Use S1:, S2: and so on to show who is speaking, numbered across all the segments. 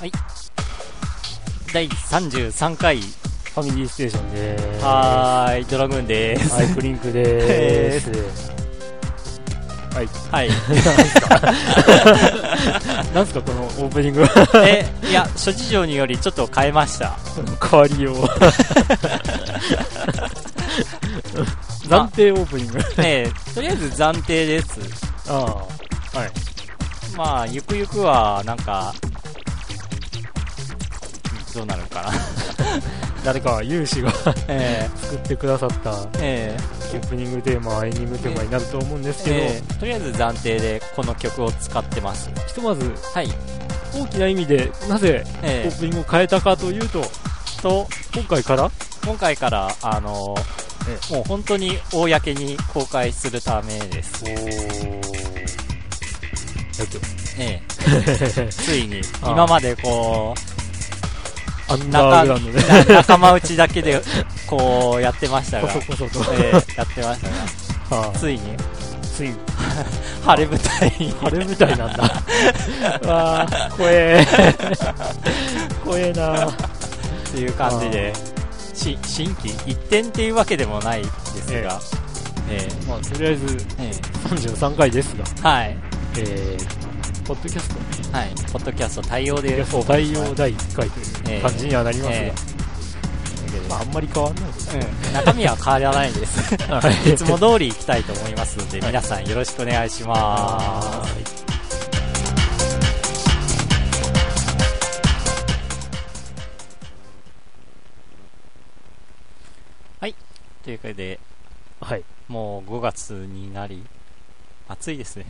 S1: はい第33回
S2: ファミリーステーションでーす。
S1: はーいドラグーンでーす
S2: はい、クリンクでーす。
S1: はい
S2: なんすか、このオープニング
S1: えいや諸事情によりちょっと変えました
S2: 変わ りよう。暫定オープニング。
S1: えーとりあえず暫定です
S2: ああ。はい。
S1: まあゆくゆくはなんかどうなるかな
S2: 誰か有志が
S1: え
S2: 作ってくださったオ
S1: ー えー
S2: ープニングテーマ、エンディングテーマになると思うんですけど、
S1: えーとりあえず暫定でこの曲を使ってます
S2: ひとまず
S1: はい
S2: 大きな意味でなぜオ
S1: え
S2: ープニングを変えたかというと、
S1: ーと
S2: 今回から
S1: 今回からあの
S2: え
S1: もう本当に公に公開するためです
S2: おー。だって
S1: ええ ついに今までこ
S2: アンダーグラウンド
S1: う
S2: で、
S1: な 仲間内だけでこうやってました
S2: こ
S1: が
S2: そこそと。
S1: ええやってましたが
S2: は
S1: ついに
S2: いついに、
S1: 晴れ舞台に
S2: あれみたいなん だ。わあ、怖え。怖えな
S1: っていう感じでし新規一点っていうわけでもないですがええ
S2: まあ、とりあえず、
S1: え
S2: 33回ですが、
S1: えはい
S2: えー、ポッドキャスト、
S1: はいポッドキャスト対応
S2: ポッドキ
S1: で
S2: ャスト対応第1回という感じにはなりますが、
S1: え
S2: まあ、あんまり変わんないです。
S1: え中身は変わらないです いつも通り行きたいと思いますので皆さんよろしくお願いしますということで
S2: はい。
S1: もう5月になり暑いですね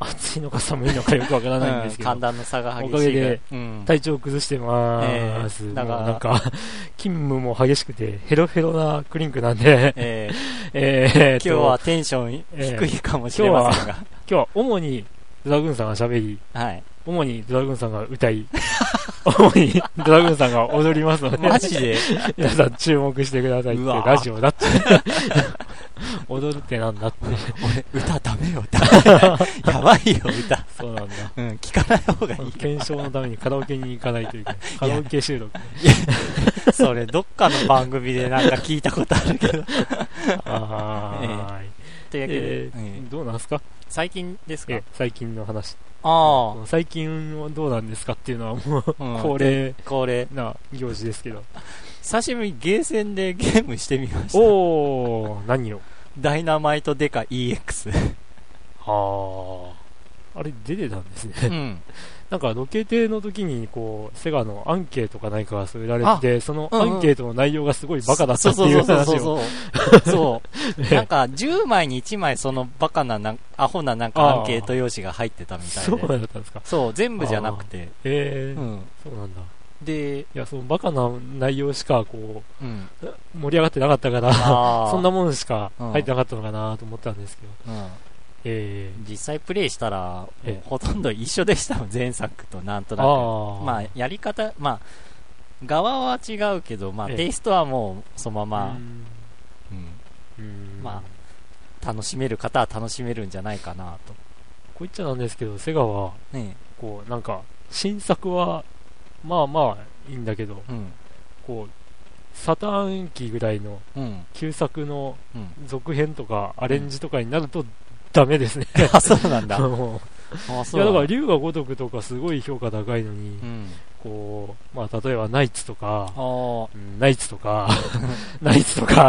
S2: 暑いのか寒いのかよくわからないんですけど
S1: 寒、暖の差が激しい
S2: おかげで、
S1: うん、
S2: 体調崩してまーす。
S1: ええだ
S2: なん
S1: から
S2: か、なんか勤務も激しくて、ヘロヘロなクリンクなんで、
S1: えー
S2: えーっと
S1: 今日はテンション低いかもしれませんが、
S2: 今日は主にドラグーンさんが喋り、
S1: はい。
S2: 主にドラグーンさんが歌い、 主にドラグーンさんが踊りますので、
S1: マジで、
S2: 皆さん注目してくださいって、
S1: うわ
S2: ラジオだって。 踊るってなんだって。
S1: 俺、歌ダメよ、歌。やばいよ、歌。
S2: そうなんだ。
S1: うん、聞かない方がいいけ
S2: 検証のためにカラオケに行かないというか、カラオケ収録。
S1: ど。 それ、どっかの番組でなんか聞いたことあるけど。
S2: あーい
S1: というわけで、
S2: えー
S1: うん
S2: どうなんすか
S1: 最近ですか
S2: え最近の話。
S1: ああ、
S2: 最近はどうなんですかっていうのはもう
S1: うん
S2: 恒例
S1: これ、
S2: な行事ですけど。
S1: 久しぶりにゲーセンでゲームしてみました。
S2: おー、何を
S1: ダイナマイトデカ EX。
S2: はあ。あれ、出てたんですね。
S1: うん。
S2: なんか、ロケ艇の時に、こう、セガのアンケートか何かがそれられてて、そのアンケートの内容がすごいバカだったっていう
S1: そうそ
S2: 話
S1: う
S2: を。
S1: そうそう。そう。なんか、10枚に1枚そのバカななん、アホななんかアンケート用紙が入ってたみたいで。
S2: そうだったんですか。
S1: そう、全部じゃなくて。
S2: ええ
S1: うん。
S2: そうなんだ。
S1: で、
S2: いや、そのバカな内容しか、こ
S1: うん。
S2: う、盛り上がってなかったから、
S1: あー
S2: そんな、ものしか入ってなかったのかなと思ったんですけど。
S1: うん、
S2: え
S1: 実際プレイしたら、
S2: ええ
S1: ほとんど一緒でしたもん、前作となんと
S2: え
S1: な
S2: あ
S1: く。
S2: あ。
S1: まあ、やり方、まあ、側は違うけど、まあ、
S2: ええ
S1: テイストはもう、そのまま、
S2: うん
S1: うん
S2: うん
S1: まあ楽しめる方は楽しめるんじゃないかなと。
S2: こう言っちゃなんですけど、セガは、
S1: ね
S2: こう、なんか、新作は、まあまあ、いいんだけど、
S1: えうん。
S2: こう、サターン期ぐらいの
S1: うん。
S2: 旧作の
S1: うん。
S2: 続編とかアレンジとかになるとダメですね。
S1: あ、そうなん だ。
S2: あ
S1: あ、
S2: のい
S1: そう
S2: や
S1: な
S2: だか
S1: ん
S2: ら、竜が如くとかすごい評価高いのに、
S1: うん。
S2: こう、まあ例えばナイツとか、
S1: あ
S2: うんナイツと か、 ナイツとか、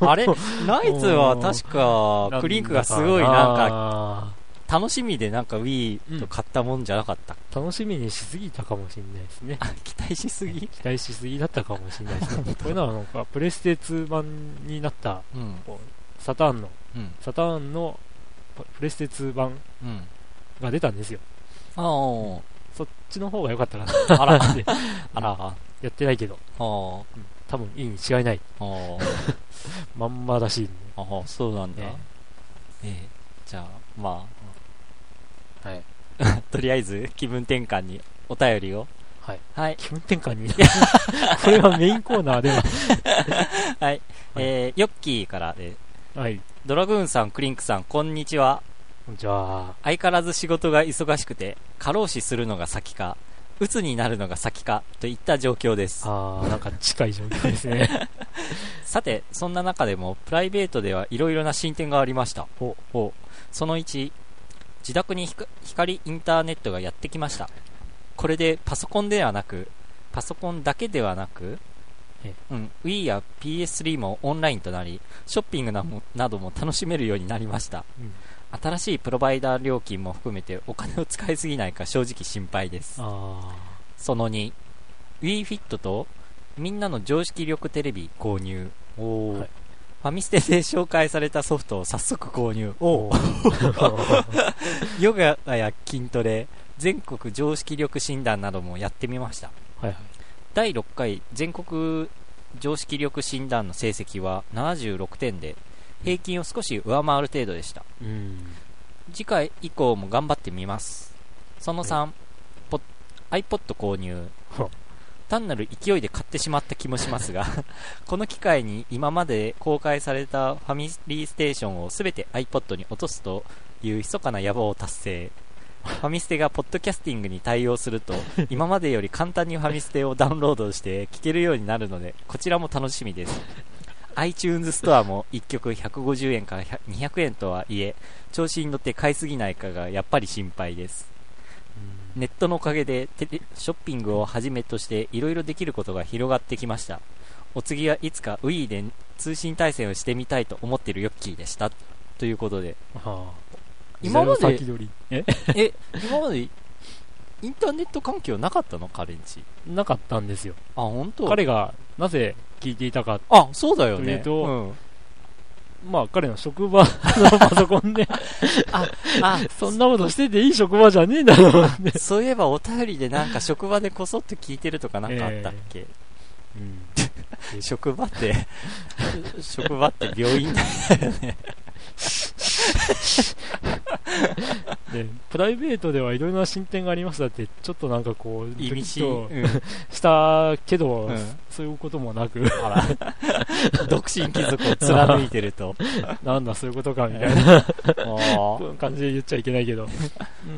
S1: あ。あれ、ナイツは確か、クリンクがすごいなんか、
S2: か、
S1: 楽しみでなんか Wii と買ったもんじゃなかった、
S2: 楽しみにしすぎたかもしれないですね。
S1: 期待しすぎ
S2: 期待しすぎだったかもしれないです ね。これならなんか、プレステ2版になった、
S1: うん
S2: サターンの、
S1: うん
S2: サターンのプレステ2版
S1: うん
S2: が出たんですよ。
S1: あー
S2: そっちの方が良かったかな。
S1: あ らあらあ
S2: やってないけど、
S1: ー
S2: 多分いいに違いない。
S1: あー
S2: まんまらしいんで。
S1: あーそうなんだ、
S2: え
S1: ええじゃあまあ
S2: はい
S1: とりあえず気分転換にお便りを
S2: はい、
S1: はい
S2: 気分転換に。 これはメインコーナーでは。
S1: えー、ヨッキーからで
S2: はい。
S1: ドラグーンさんクリンクさんこんにちは
S2: じゃあ、
S1: 相変わらず仕事が忙しくて過労死するのが先か鬱になるのが先かといった状況です
S2: ああ、なんか近い状況で すね。
S1: さてそんな中でもプライベートではいろいろな進展がありました
S2: お
S1: おその1自宅にひか光インターネットがやってきましたこれでパソコンではなくパソコンだけではなく
S2: え
S1: うん、Wii や PS3 もオンラインとなりショッピングなもなども楽しめるようになりました
S2: うん
S1: 新しいプロバイダー料金も含めてお金を使いすぎないか正直心配です
S2: あ
S1: その 2WeFit とみんなの常識力テレビ購入おー
S2: はい
S1: ファミステで紹介されたソフトを早速購入
S2: あ。お
S1: ヨガや筋トレ全国常識力診断などもやってみました
S2: はいはい。
S1: 第6回全国常識力診断の成績は76点で平均を少し上回る程度でした
S2: うん。
S1: 次回以降も頑張ってみますその3、ポッ iPod 購入
S2: は
S1: 単なる勢いで買ってしまった気もしますが この機会に今まで公開されたファミリーステーションを全て iPod に落とすという密かな野望を達成ファミステがポッドキャスティングに対応すると今までより簡単にファミステをダウンロードして聴けるようになるのでこちらも楽しみです iTunes ストアも1曲150円から100 200円とはいえ調子に乗って買いすぎないかがやっぱり心配ですネットのおかげでテレショッピングをはじめとしていろいろできることが広がってきましたお次はいつか Wii で通信対戦をしてみたいと思ってるヨッキーでしたということで
S2: はあ。
S1: 今まで
S2: それの先取
S1: え今までインターネット環境なかったのカレンチ
S2: りなかったんですよ。
S1: あ本当
S2: 彼がなぜ聞いていたか、
S1: あそうだよね
S2: というと
S1: うん
S2: まあ彼の職場のパソコンで、
S1: あ
S2: そんなことしてていい職場じゃねえん だろうって。
S1: そういえばお便りでなんか職場でこそっと聞いてるとかなんかあったっけ、
S2: うん。
S1: 職場って 職場って病院 だ
S2: で、プライベートではいろいろな進展がありましたって、ちょっとなんかこう、
S1: 意味深
S2: ドキッ
S1: うん
S2: としたけど、
S1: うん
S2: そういうこともなく、
S1: 独身貴族を貫いてる と。
S2: なんだそういうことかみたいな感じで言っちゃいけないけど、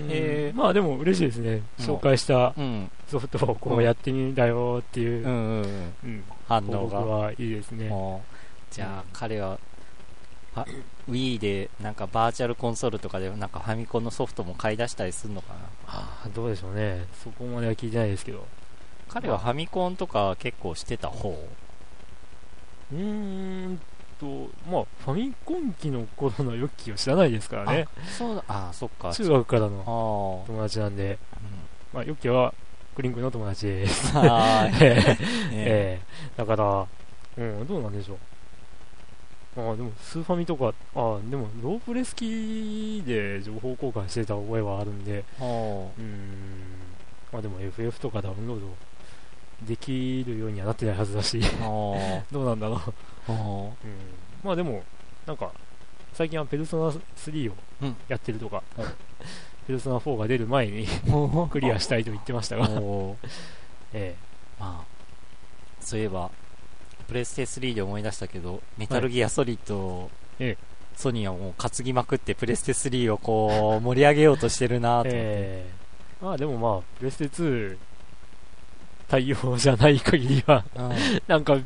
S1: えー
S2: まあでも嬉しいですね、
S1: うん
S2: 紹介した
S1: うん。
S2: ソフトをこうやってみるんだよっていう
S1: ん
S2: う、
S1: うん。
S2: うん、
S1: 反応
S2: 報告
S1: が。
S2: はいいですね。
S1: もうじゃあ、彼は、あ Wii で、なんかバーチャルコンソールとかで、なんかファミコンのソフトも買い出したりするのかな。
S2: あどうでしょうね、そこまでは聞いてないですけど、
S1: 彼はファミコンとか結構してた方
S2: うーんと、まあ、ファミコン期の頃のヨッキーを知らないですからね、
S1: そうだ、あ、そっか。
S2: 中学から
S1: あ
S2: の
S1: ー
S2: 友達なんで、
S1: うん
S2: まあ、ヨッキーはクリンクの友達です。
S1: あー。ね
S2: ええだから、うん、どうなんでしょう。ああ、でも、スーファミとか、ああ、でも、ロープレスキーで情報交換してた覚えはあるんで、
S1: おー
S2: うーん、まあでも FF とかダウンロードできるようにはなってないはずだし、
S1: おー
S2: どうなんだろ
S1: おー
S2: う。うん、まあでも、なんか、最近はペルソナ3を
S1: うん
S2: やってるとか、ペルソナ4が出る前にクリアしたいと言ってましたが、
S1: おー
S2: ええ
S1: まあ、そういえば、プレステ3で思い出したけど、メタルギアソリッドを、
S2: ええ
S1: ソニーはもう担ぎまくって、プレステ3をこう、盛り上げようとしてるなと思って、
S2: ええまあでもまあ、プレステ2対応じゃない限りは、
S1: うん
S2: なんか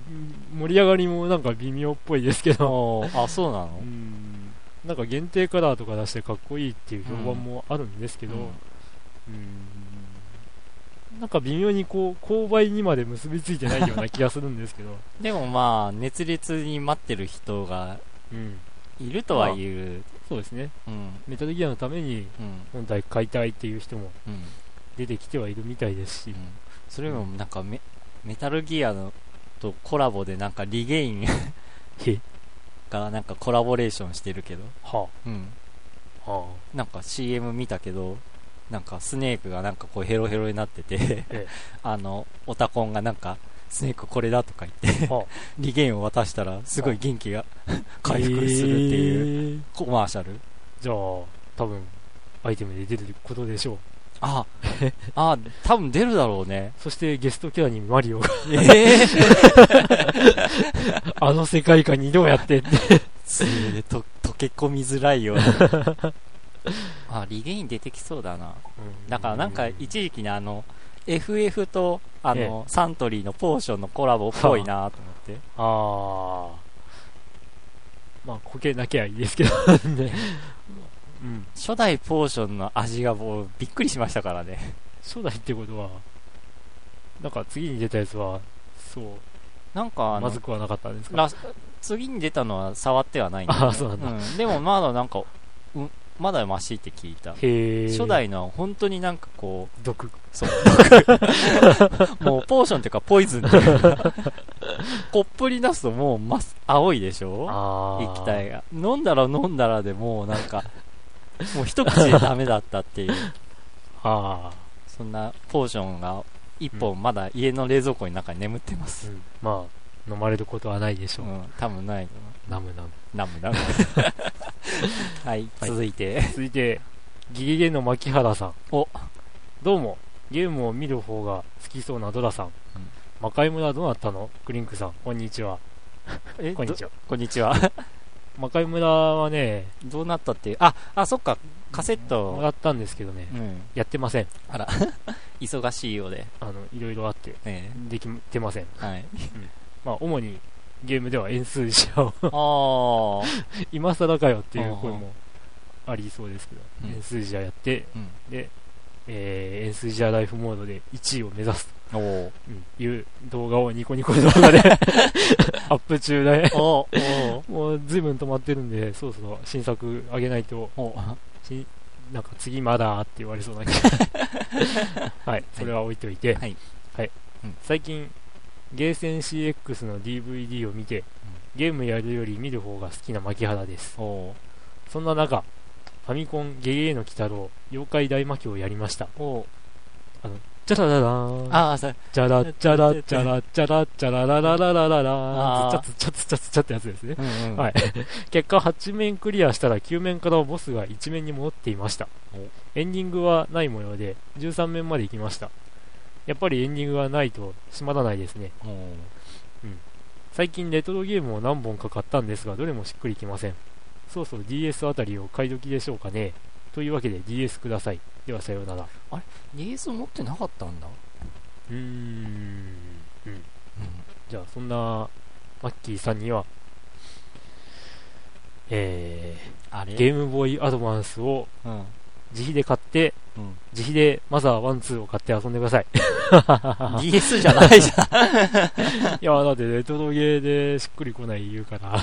S2: 盛り上がりもなんか微妙っぽいですけど、
S1: おーあ、そうな
S2: う
S1: の
S2: ん、なんか限定カラーとか出してかっこいいっていう評判もあるんですけど、
S1: う
S2: うんん、なんか微妙にこう、勾配にまで結びついてないような気がするんですけど、
S1: でもまあ、熱烈に待ってる人が
S2: うん、
S1: いるとはいう、
S2: そうですね、
S1: うん、
S2: メタルギアのために
S1: うん、
S2: 本体買いたいっていう人も
S1: うん、
S2: 出てきてはいるみたいです
S1: う
S2: し
S1: ん、それよりもなんかメ、メタルギアのとコラボでなんかリゲイン
S2: へ
S1: がなんかコラボレーションしてるけど、
S2: は
S1: うん、
S2: あ、は
S1: なんか CM 見たけど、なんかスネークがなんかこうヘロヘロになってて、
S2: え
S1: あの、オタコンがなんか、スネークこれだとか言って、
S2: あ、はあ、
S1: リゲインを渡したら、すごい元気 が回復するっていう
S2: う。
S1: コマーシャル。
S2: じゃあ、多分、アイテムで出てることでしょう。
S1: あ、あ、多分出るだろうね。
S2: そして、ゲストキャラにマリオが、
S1: えー、
S2: あの世界観にどうやってって。
S1: すげえ、と、溶け込みづらいよ。 あ、リゲイン出てきそうだな。だからなんか、一時期ね、あの、 FF とあの、サントリーのポーションのコラボっぽいなと思って。
S2: あー。まあ、こけなきゃいいですけど、ね。うん。
S1: 初代ポーションの味がもうびっくりしましたからね。
S2: 初代ってことは、なんか次に出たやつは、そう、
S1: なんかあの、
S2: まずく はなかったんですか
S1: ラス次に出たのは触ってはないんだけど
S2: ああ、そうなんだ。
S1: うんでもまだなんか、うんまだマシって聞いた。
S2: へえ。
S1: 初代のは本当になんかこう、
S2: 毒。
S1: もうポーションっていうかポイズン っていうか、コップに出すともう真っ青いでしょ
S2: あー
S1: 液体が。飲んだら飲んだらでもうなんか、もう一口でダメだったっていう、
S2: あ
S1: そんなポーションが一本まだ家の冷蔵庫の中に眠ってま
S2: ー
S1: す。
S2: うんまあ、飲まれることはないでし
S1: う
S2: ょう。
S1: ん、多分ないの。
S2: ナムナム。
S1: ナム ナム。はい、続いて。
S2: 続いて、ギリゲの牧原さん。
S1: お
S2: どうも、ゲームを見る方が好きそうなドラさん。魔界村どうなったのクリンクさん、こんにちは。
S1: え
S2: こんにち
S1: ど
S2: は。
S1: こんにちは。
S2: 魔界村はね、
S1: どうなったっていう。あ、あ、そっか、カセッ
S2: も
S1: ト。
S2: らったんですけどね、
S1: うん。
S2: やってません。
S1: あら、忙しいようで。
S2: あの、いろいろあって、
S1: ね
S2: できてません。
S1: え はい。
S2: まあ、主に、ゲームでは円数字を、
S1: ああ。
S2: 今更かよっていう声もありそうですけど、
S1: うん
S2: 円数字はやって、
S1: うん。
S2: で、えー、円数字はライフモードで1位を目指す
S1: おお。
S2: という動画をニコニコ動画で アップ中で、
S1: おお。
S2: もう随分止まってるんで、そろそろ新作あげないと、
S1: おお。
S2: しなんか次まだって言われそうな気 がはい、それは置いといて、
S1: はい
S2: はい
S1: うん
S2: 最近、ゲーセン CX の DVD を見て、ゲームやるより見る方が好きな牧原です。
S1: おお。
S2: そんな中、ファミコンゲゲゲの鬼太郎、妖怪大魔教をやりました。
S1: お
S2: じゃらららーん。
S1: ああ、さ、
S2: じゃらじゃらじゃらじゃらじゃららららららら
S1: あ
S2: ーん。
S1: ー
S2: つちゃつちゃつちゃつちゃってやつですね。
S1: うんうん。
S2: はい。結果8面クリアしたら9面からボスが1面に戻っていましたエンディングはない模様で13面まで行きましたやっぱりエンディングがないと閉まらないですね
S1: おお。
S2: 最近レトロゲームを何本か買ったんですがどれもしっくりきませんそうそう DS あたりを買い時でしょうかねというわけで DS くださいではさようなら
S1: ニーズ持ってなかったんだ。
S2: うーんうん
S1: うん。
S2: じゃあそんなマッキーさんにはえ
S1: あれ
S2: ー、ゲームボーイアドバンスを
S1: うん。
S2: 自費で買って、
S1: うん
S2: 自費でマザー1、2を買って遊んで ください。
S1: DS じゃない じゃん。
S2: いや、だってレトロゲーでしっくりこない言うから、ま
S1: あ
S2: あ、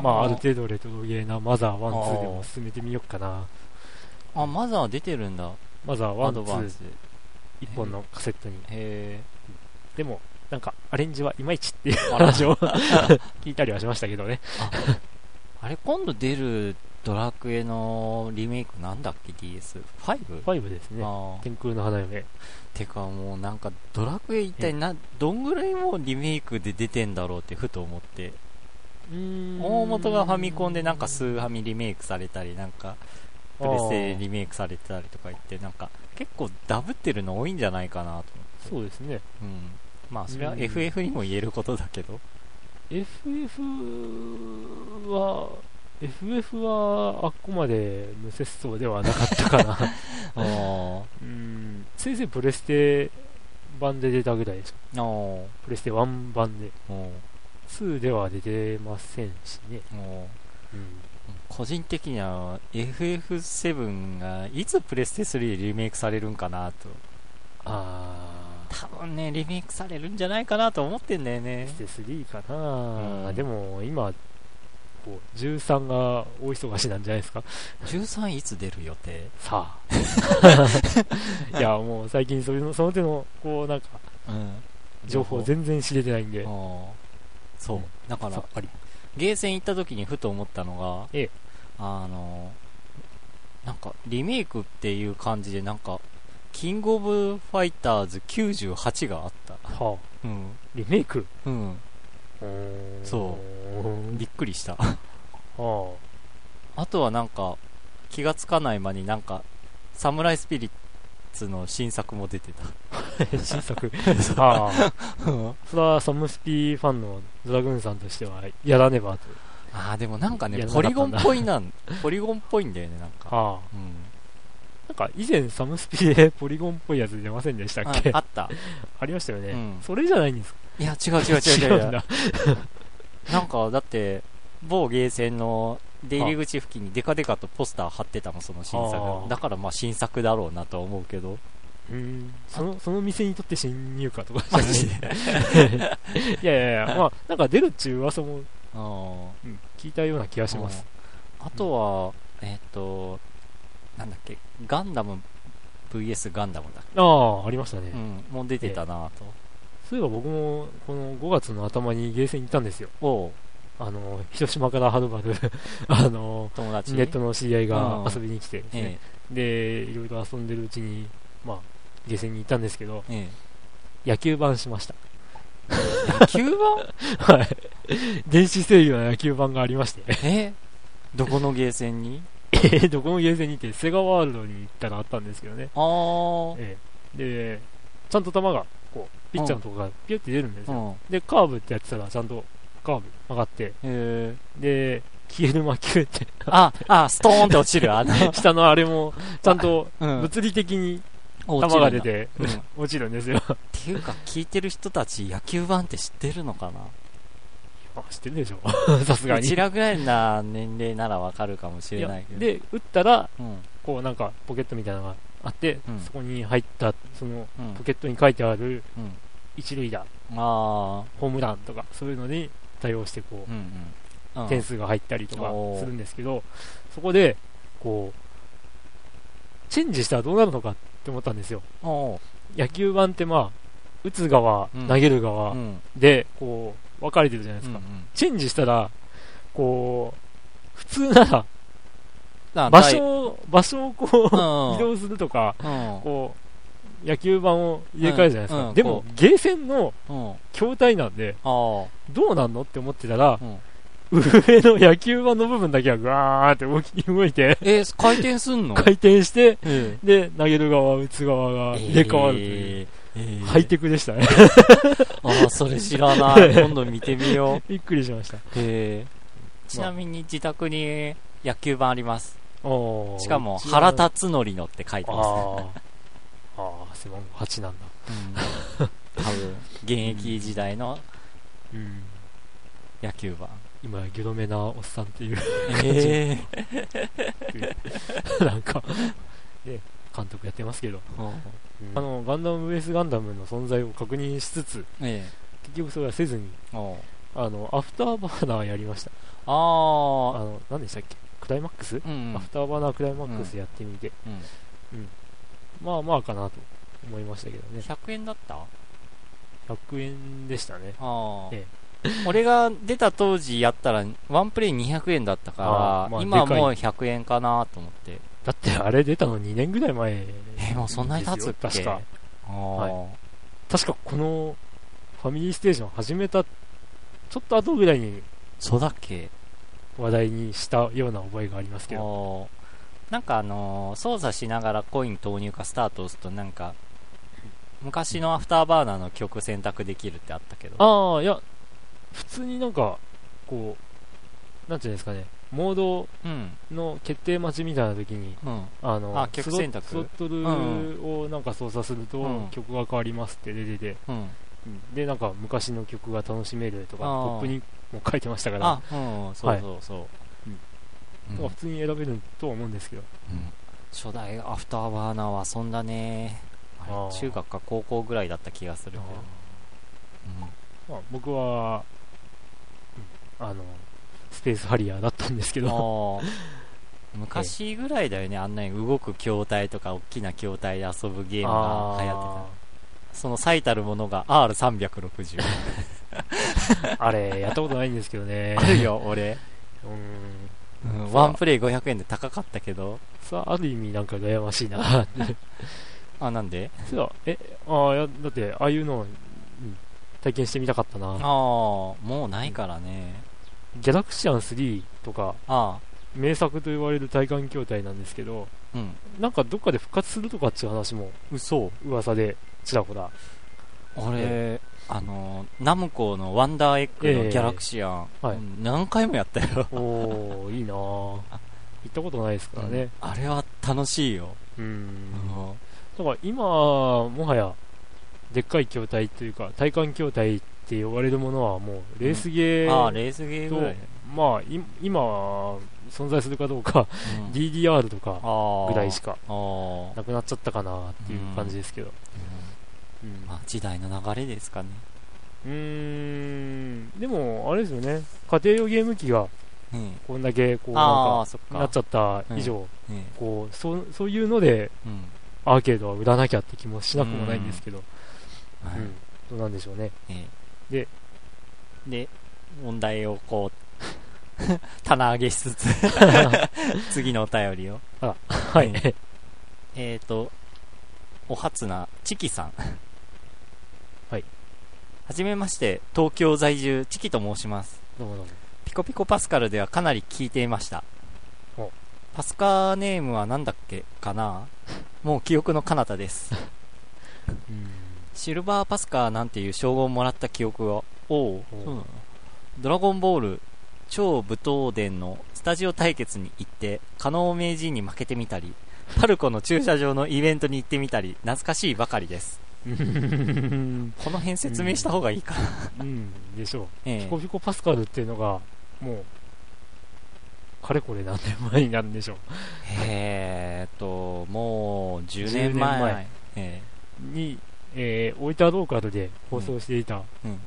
S1: ー
S2: まあ、ある程度レトロゲーなマザー1、2でも進めてみようかな。
S1: あ、マザー出てるんだ。
S2: マザー
S1: ア
S2: 1、
S1: ドバン
S2: 2、
S1: ス。
S2: 一本のカセットに。
S1: へ
S2: でも、なんか、アレンジはいまいちっていう
S1: え。あら
S2: 話を聞いたりはしましたけどね。
S1: あれ、今度出るドラクエのリメイクなんだっけ ?DS?5?
S2: 5ですね。
S1: あー
S2: 天空の花嫁。
S1: てかもうなんかドラクエ一体な、どんぐらいもうリメイクで出てんだろうってふと思って大元がファミコンでなんかスーファミリメイクされたりなんかプレステリメイクされたりとか言ってなんか結構ダブってるの多いんじゃないかなと思って
S2: そうですね。
S1: うんまあそれ
S2: う
S1: は
S2: ん
S1: FF にも言えることだけ ど
S2: FF は、FF はあっこまで無節操ではなかった かな。
S1: おー
S2: うん、せいぜいプレステ版で出たぐらいでしょ。
S1: お
S2: プレステ1版で。
S1: ーお
S2: 2では出てませんしね。
S1: ーおー
S2: うん、
S1: 個人的には FF7 がいつプレステ3でリメイクされるんかなと
S2: あ
S1: 多分ねリメイクされるんじゃないかなと思ってんだよね
S2: ー、プレステ3かな、
S1: うん
S2: でも今、こう13が大忙しなんじゃないですか。
S1: 13いつ出る予定
S2: さあ。いや、もう最近それのその手の、こうなんか、
S1: うん
S2: 情報全然知れてないんで。
S1: ああそう、
S2: うん
S1: だか
S2: さ
S1: ら
S2: っぱり。
S1: ゲーセン行った時にふと思ったのが、
S2: ええ
S1: あのなんかリメイクっていう感じでなんかキングオブファイターズ98があった
S2: はあ、
S1: うん、
S2: リメイク
S1: うん、そ
S2: うん。
S1: びっくりした
S2: は
S1: あとはなんか気がつかない間になんかサムライスピリッツの新作も出てた
S2: あ。新作。はあ。
S1: うん
S2: それはサムスピファンのドラグーンさんとしては、やらねばと。
S1: ああでもなんか
S2: い
S1: ね
S2: や
S1: ポリゴンっぽいなんポリゴンっぽいんだよねなんか
S2: はあ。
S1: うん
S2: なんか以前サムスピでポリゴンっぽいやつ出ませんでしたっけ
S1: ああった。
S2: ありましたよね、
S1: うん
S2: それじゃないんですか
S1: いや、違う違う違う違 う。
S2: んだ。
S1: なんか、だって、某ゲーセンの出入り口付近にデカデカとポスター貼ってたもん、その新作
S2: あ
S1: の
S2: ー
S1: だからまあ新作だろうなとは思うけど。
S2: うんそのその店にとって侵入かとかじゃ
S1: マ
S2: ない
S1: ジで。
S2: いやいやいや、まあ、なんか出るっちゅう噂も、
S1: うん
S2: うん聞いたような気がします。
S1: あとは、えっ、と、なんだっけ、ガンダム VS ガンダムだっ
S2: ああ、ありました
S1: け、
S2: ね。
S1: うん、もう出てたなと。
S2: そういえば僕も、この5月の頭にゲーセンに行ったんですよ。
S1: おう
S2: あの、広島からはるばる、 あの、
S1: 友達に
S2: ネットの知り合いが
S1: うん
S2: 遊びに来てですね
S1: え
S2: で、いろいろ遊んでるうちに、まあ、ゲーセンに行ったんですけど、
S1: え、え
S2: 野球版しました。
S1: え。野球版
S2: はい。電子制御の野球版がありまして、
S1: えどこのゲーセンに
S2: え ーどこのゲーセンに行って、 セガワールドに行ったらあったんですけどね。
S1: あー。
S2: ええで、ちゃんと球が、こう、ピッチャーのとこがピュって出るんです
S1: う
S2: よ。
S1: ん。
S2: で、カーブってやってたら、ちゃんとカーブ曲がって、
S1: えー、
S2: で、消える魔球って、
S1: あ、あ、ストーンって落ちる、 あの、
S2: 下のあれも、ちゃんと
S1: うん、
S2: 物理的に球
S1: 落ちるんだ
S2: が出て、
S1: うんっ
S2: 落ちるんですよ。
S1: ていうか、聞いてる人たち、野球版って知ってるのか
S2: あ知ってる でしょさす
S1: な
S2: が
S1: う
S2: に
S1: ち。らぐらいな年齢ならわかるかもし
S2: い
S1: れな
S2: や
S1: いけど。、
S2: で、打ったら、
S1: うん、
S2: こうなんかポケットみたいなのがあって、
S1: うん
S2: そこに入った、その
S1: うん
S2: ポ、ケットに書いてある
S1: うん。
S2: 一塁打、
S1: あ
S2: ホームランとか、そういうのに対応して、こ
S1: ー、う、
S2: う
S1: んうん。うん
S2: 点数が入ったりとか
S1: おー
S2: するんですけど、そこで、こう、チェンジしたらどうなるのかって思ったんですよ。
S1: おう
S2: 野球版ってまあ、打つ側、
S1: うん
S2: 投げる
S1: う
S2: 側
S1: ん。
S2: で、こう、分かれてるじゃないですか。
S1: うん
S2: チェンジしたら、こう、普通なら、
S1: うん
S2: 場所を、場所をこう、
S1: うん
S2: 移動するとか、
S1: うん
S2: こう、野球版を入れ替えるじゃないですか。
S1: うんうん
S2: でも
S1: こ、
S2: ゲーセンの
S1: うん。あ
S2: 筐体なんで、
S1: あ。
S2: どうなんのって思ってたら
S1: う、ん
S2: 上の野球盤の部分だけはぐわーって動き、動いて、
S1: えー、回転すんの
S2: 回転して、
S1: え
S2: で、投げる側、打つ側が
S1: え
S2: 入れ替わるという。
S1: えーえー
S2: ハイテクでし たね。
S1: ああ、それ知らない。 今度見てみよ
S2: びっくりしました。
S1: う。へえ。ちなみに自宅に野球盤あります。
S2: おー
S1: しかも、原
S2: あ
S1: 辰徳のって書いてます。
S2: ーあー、背番号8なんだ。
S1: うん多分、現役時代の
S2: うん。
S1: 野球盤。
S2: 今、ギョロめなおっさんっていう、
S1: ええ。
S2: なんか、ね、監督やってますけど、あの、ガンダム VS ガンダムの存在を確認しつつ、
S1: え
S2: 結局それはせずに、
S1: え。おう
S2: あの、アフターバーナーやりました。あ
S1: ああ。
S2: の、何でしたっけクライマックス、
S1: うん
S2: アフターバーナークライマックスやってみて、
S1: うん。
S2: まあまあかなと思いましたけどね。
S1: 100円だった
S2: 100円でしたね。
S1: ああ
S2: え
S1: 俺が出た当時やったら、ワンプレイ200円だったから、
S2: あーまあ
S1: 今は
S2: でかい
S1: もう100円かなと思って。
S2: だってあれ出たの2年ぐらい前。
S1: えもうそんなに経つっけ
S2: ですよ確か。
S1: あー、
S2: は確かこのファミリーステーション始めた、ちょっと後ぐらいに
S1: そうだっけ
S2: 話題にしたような覚えがあります
S1: あ
S2: けど。
S1: ーなんかあのー操作しながらコイン投入かスタートを押すとなんか、昔のアフターバーナーの曲選択できるってあったけど。
S2: ああ、いや、普通になんか、こう、なんていうんですかね、モード
S1: うん、
S2: の決定待ちみたいな時に、
S1: うん。
S2: あの、
S1: あ曲選択
S2: スロスロットルをなんか操作すると、
S1: うん
S2: 曲が変わりますって出てて、
S1: うん、
S2: で、なんか昔の曲が楽しめるとか、
S1: あー
S2: ポップにも書いてましたから、
S1: あ、うん、そうそうそう。うん
S2: まあ普通に選べるとは思うんですけど、
S1: うん初代アフターバーナーは遊んだね。あれ
S2: あー
S1: 中学か高校ぐらいだった気がするけど。
S2: まあ、僕は、うんあの、スペースハリアーだったんですけ
S1: うん
S2: ど、
S1: も う昔ぐらいだよね、あんなに動く筐体とか大きな筐体で遊ぶゲームが流行ってた。その最たるものが R360。
S2: あーあれ、やったことないんですけどね
S1: あ。るよ、俺。
S2: うーん
S1: うんワンプレイ500円で高かったけど。
S2: さあ、ある意味なんか羨ましいなって。
S1: あ、なんで
S2: そうだえ、ああ、いやだって、ああいうのを、うん体験してみたかった
S1: ああー、
S2: な。
S1: もうないからね。
S2: ギャラクシアン3とか、
S1: あ
S2: 名作と言われる体感筐体なんですけど、
S1: あ、うん。
S2: なんかどっかで復活するとかっていう話も
S1: 嘘
S2: 噂でちらほら。
S1: 俺、あの、ナムコのワンダーエッグ
S2: え
S1: の
S2: え
S1: ギャラクシアン、
S2: はい
S1: うん何回もやったよ。
S2: おー、いいなぁ。行ったことないですからね。
S1: あれは楽しいよ。
S2: うん。
S1: あ
S2: だから今、もはや、でっかい筐体というか、体幹筐体って呼ばれるものはもう、レースゲー、
S1: あー、レースゲームぐらいだね
S2: まあ、い今、存在するかどうか、
S1: うん
S2: DDR とか
S1: あー
S2: ぐらいしか
S1: あー
S2: なくなっちゃったかなっていう感じですけど。うん。
S1: まあ、時代の流れですかね。
S2: うーんでも、あれですよね、家庭用ゲーム機が
S1: ね
S2: こんだけこう
S1: えあ
S2: な
S1: あ、
S2: んか
S1: そっか。
S2: なっちゃった以上、
S1: ね
S2: こうそうそういうので
S1: えうん
S2: アーケードは売らなきゃって気もしなくもないんですけど、
S1: はい
S2: うんどうなんでしょうね。
S1: ねえ
S2: で、
S1: で、問題をこう、 棚上げしつ つ、次のお便りを。
S2: はい、
S1: ねえっ、と、お初な、チキさん。
S2: はい。
S1: はじめまして、東京在住、チキと申します。
S2: どうもどうも。
S1: ピコピコパスカルではかなり聞いていました
S2: お。
S1: パスカーネームはなんだっけかなもう記憶の彼方です。シルバーパスカーなんていう称号をもらった記憶が、おう
S2: おう
S1: そうなのドラゴンボール超武闘伝のスタジオ対決に行って、加納名人に負けてみたり、パルコの駐車場のイベントに行ってみたり、懐かしいばかりです。
S2: うん、
S1: この辺説明した方がいいかな。
S2: うんでしょう、
S1: え
S2: ピ
S1: え
S2: コピコパスカルっていうのが、もう、かれこれ何年前になるんでしょう、
S1: えーっと、もう10
S2: 10
S1: 年
S2: 年
S1: 前。
S2: 前
S1: え
S2: に、えー、大分ローカルで放送していた、
S1: うんうん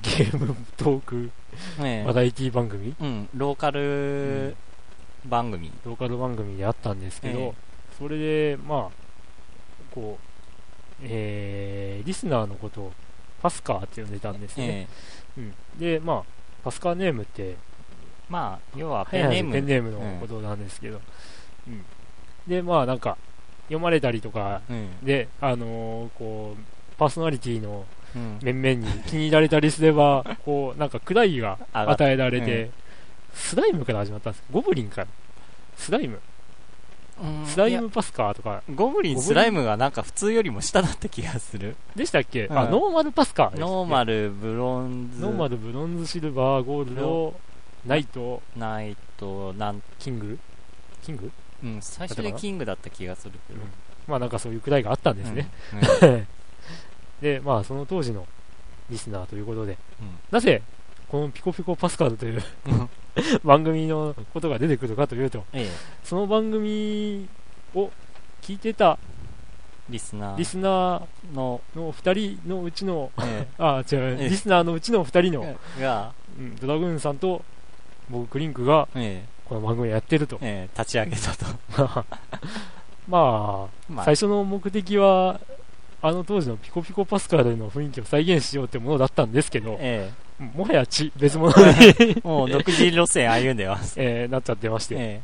S2: ゲームトーク
S1: えええ
S2: バラエティ番組、
S1: うん、ローカル番組。
S2: ローカル番組であったんですけど、
S1: ええ
S2: それで、まあ、こう、えーリスナーのことをパスカーって呼んでたんですね。
S1: ええ
S2: うん、で、まあ、パスカーネームって、
S1: まあ、要はペ
S2: ペ
S1: ン
S2: ン
S1: ネ
S2: ネ
S1: ー
S2: ー
S1: ム。
S2: ムのことなんですけど、うんで、まあ、なんか、読まれたりとか、
S1: うん。
S2: で、あのーこう、パーソナリティの
S1: うん。
S2: 面々に気に入られたりすれば、こう、なんか位が
S1: 上がっ
S2: 与えられ
S1: う
S2: て、スライムから始まったんです。ゴブリンから。スライム。
S1: うん
S2: スラ
S1: い
S2: イ
S1: や
S2: ムパスカーとか、
S1: ゴブリ
S2: ゴブリ
S1: ン、
S2: ン
S1: スライムがなんか普通よりも下だった気がする。
S2: でしたっけ、
S1: うん
S2: あ、ノーマルパスカーです
S1: ノーマル、ブロンズ、
S2: ノーマル、ブロンズ、シルバー、ゴールド、ナイト、
S1: ナイト、なん、
S2: キングキング
S1: うん、最初でキングだった気がするけど。
S2: まあなんかそういうくらいがあったんですね。
S1: うん。
S2: で、まあその当時のリスナーということで、
S1: うん
S2: なぜこのピコピコパスカーという
S1: うん
S2: 番組のことが出てくるかというと、
S1: ええ、
S2: その番組を聞いてた
S1: リスナ
S2: リ
S1: ー
S2: スナ
S1: の、
S2: ーの2人のうちの、
S1: え
S2: あ、違う、
S1: ええ
S2: リスナーのうちの2人の、
S1: え、が、
S2: うんドラグーンさんと僕、クリンクが
S1: え
S2: この番組をやってると
S1: え、。ええ、立ち上げたと。
S2: ま
S1: ま
S2: あ、
S1: あ
S2: 最初の目的は、あの当時のピコピコパスカルの雰囲気を再現しようってものだったんですけど、
S1: え
S2: もはやち別物に、
S1: え、もう独自路線歩んでます。
S2: えーなっちゃってまして、
S1: え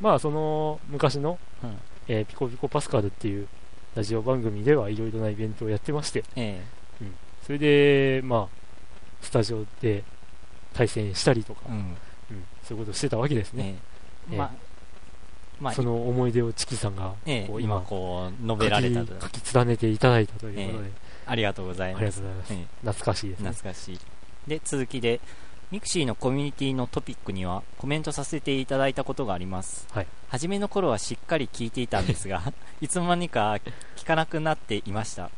S2: まあその昔の、
S1: うん
S2: えーピコピコパスカルっていうラジオ番組ではいろいろなイベントをやってまして、
S1: え、え
S2: それで、まあ、スタジオで対戦したりとか
S1: え、う、ん。
S2: うんそういうことをしてたわけですね。
S1: ね
S2: ええ
S1: まあ、まあ、
S2: その思い出をチキさんが、
S1: ええ
S2: こう
S1: 今
S2: 今
S1: こう、述
S2: 書
S1: べ
S2: き
S1: られたと。
S2: 書き連ねていただいたということで、
S1: ありがとうござい
S2: あり
S1: ま
S2: が
S1: す。
S2: とうございます。
S1: ええ
S2: 懐かしいですね。
S1: 懐かしい。で、続きで、ミクシーのコミュニティのトピックにはコメントさせていただいたことがあります。
S2: はい
S1: 初めの頃はしっかり聞いていたんですが、 いつの間にか聞かなくなっていました。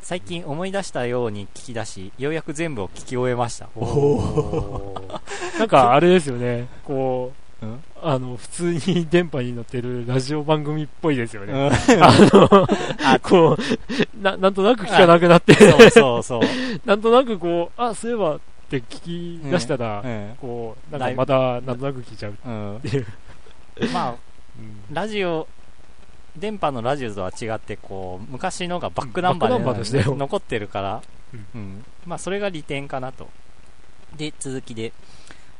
S1: 最近思い出したように聞き出し、ようやく全部を聞き終えました。
S2: おーなんかあれですよね、こう、
S1: うん
S2: あの普通に電波に乗ってるラジオ番組っぽいですよ
S1: う
S2: ね、
S1: ん
S2: あのこうな、なんとなく聞かなくなって、
S1: そうそうそう。
S2: なんとなくこう、あそういえばって聞き出したら、
S1: うん
S2: こうなんかまたなんとなく聞いちゃう、
S1: うん
S2: ていう
S1: まあ、ラジオ、電波のラジオとは違って、こう、昔のがバックナンバ
S2: バックナンバーとして
S1: ーで
S2: よ
S1: 残ってるから
S2: うん、
S1: うん。まあ、それが利点かなと。で、続きで、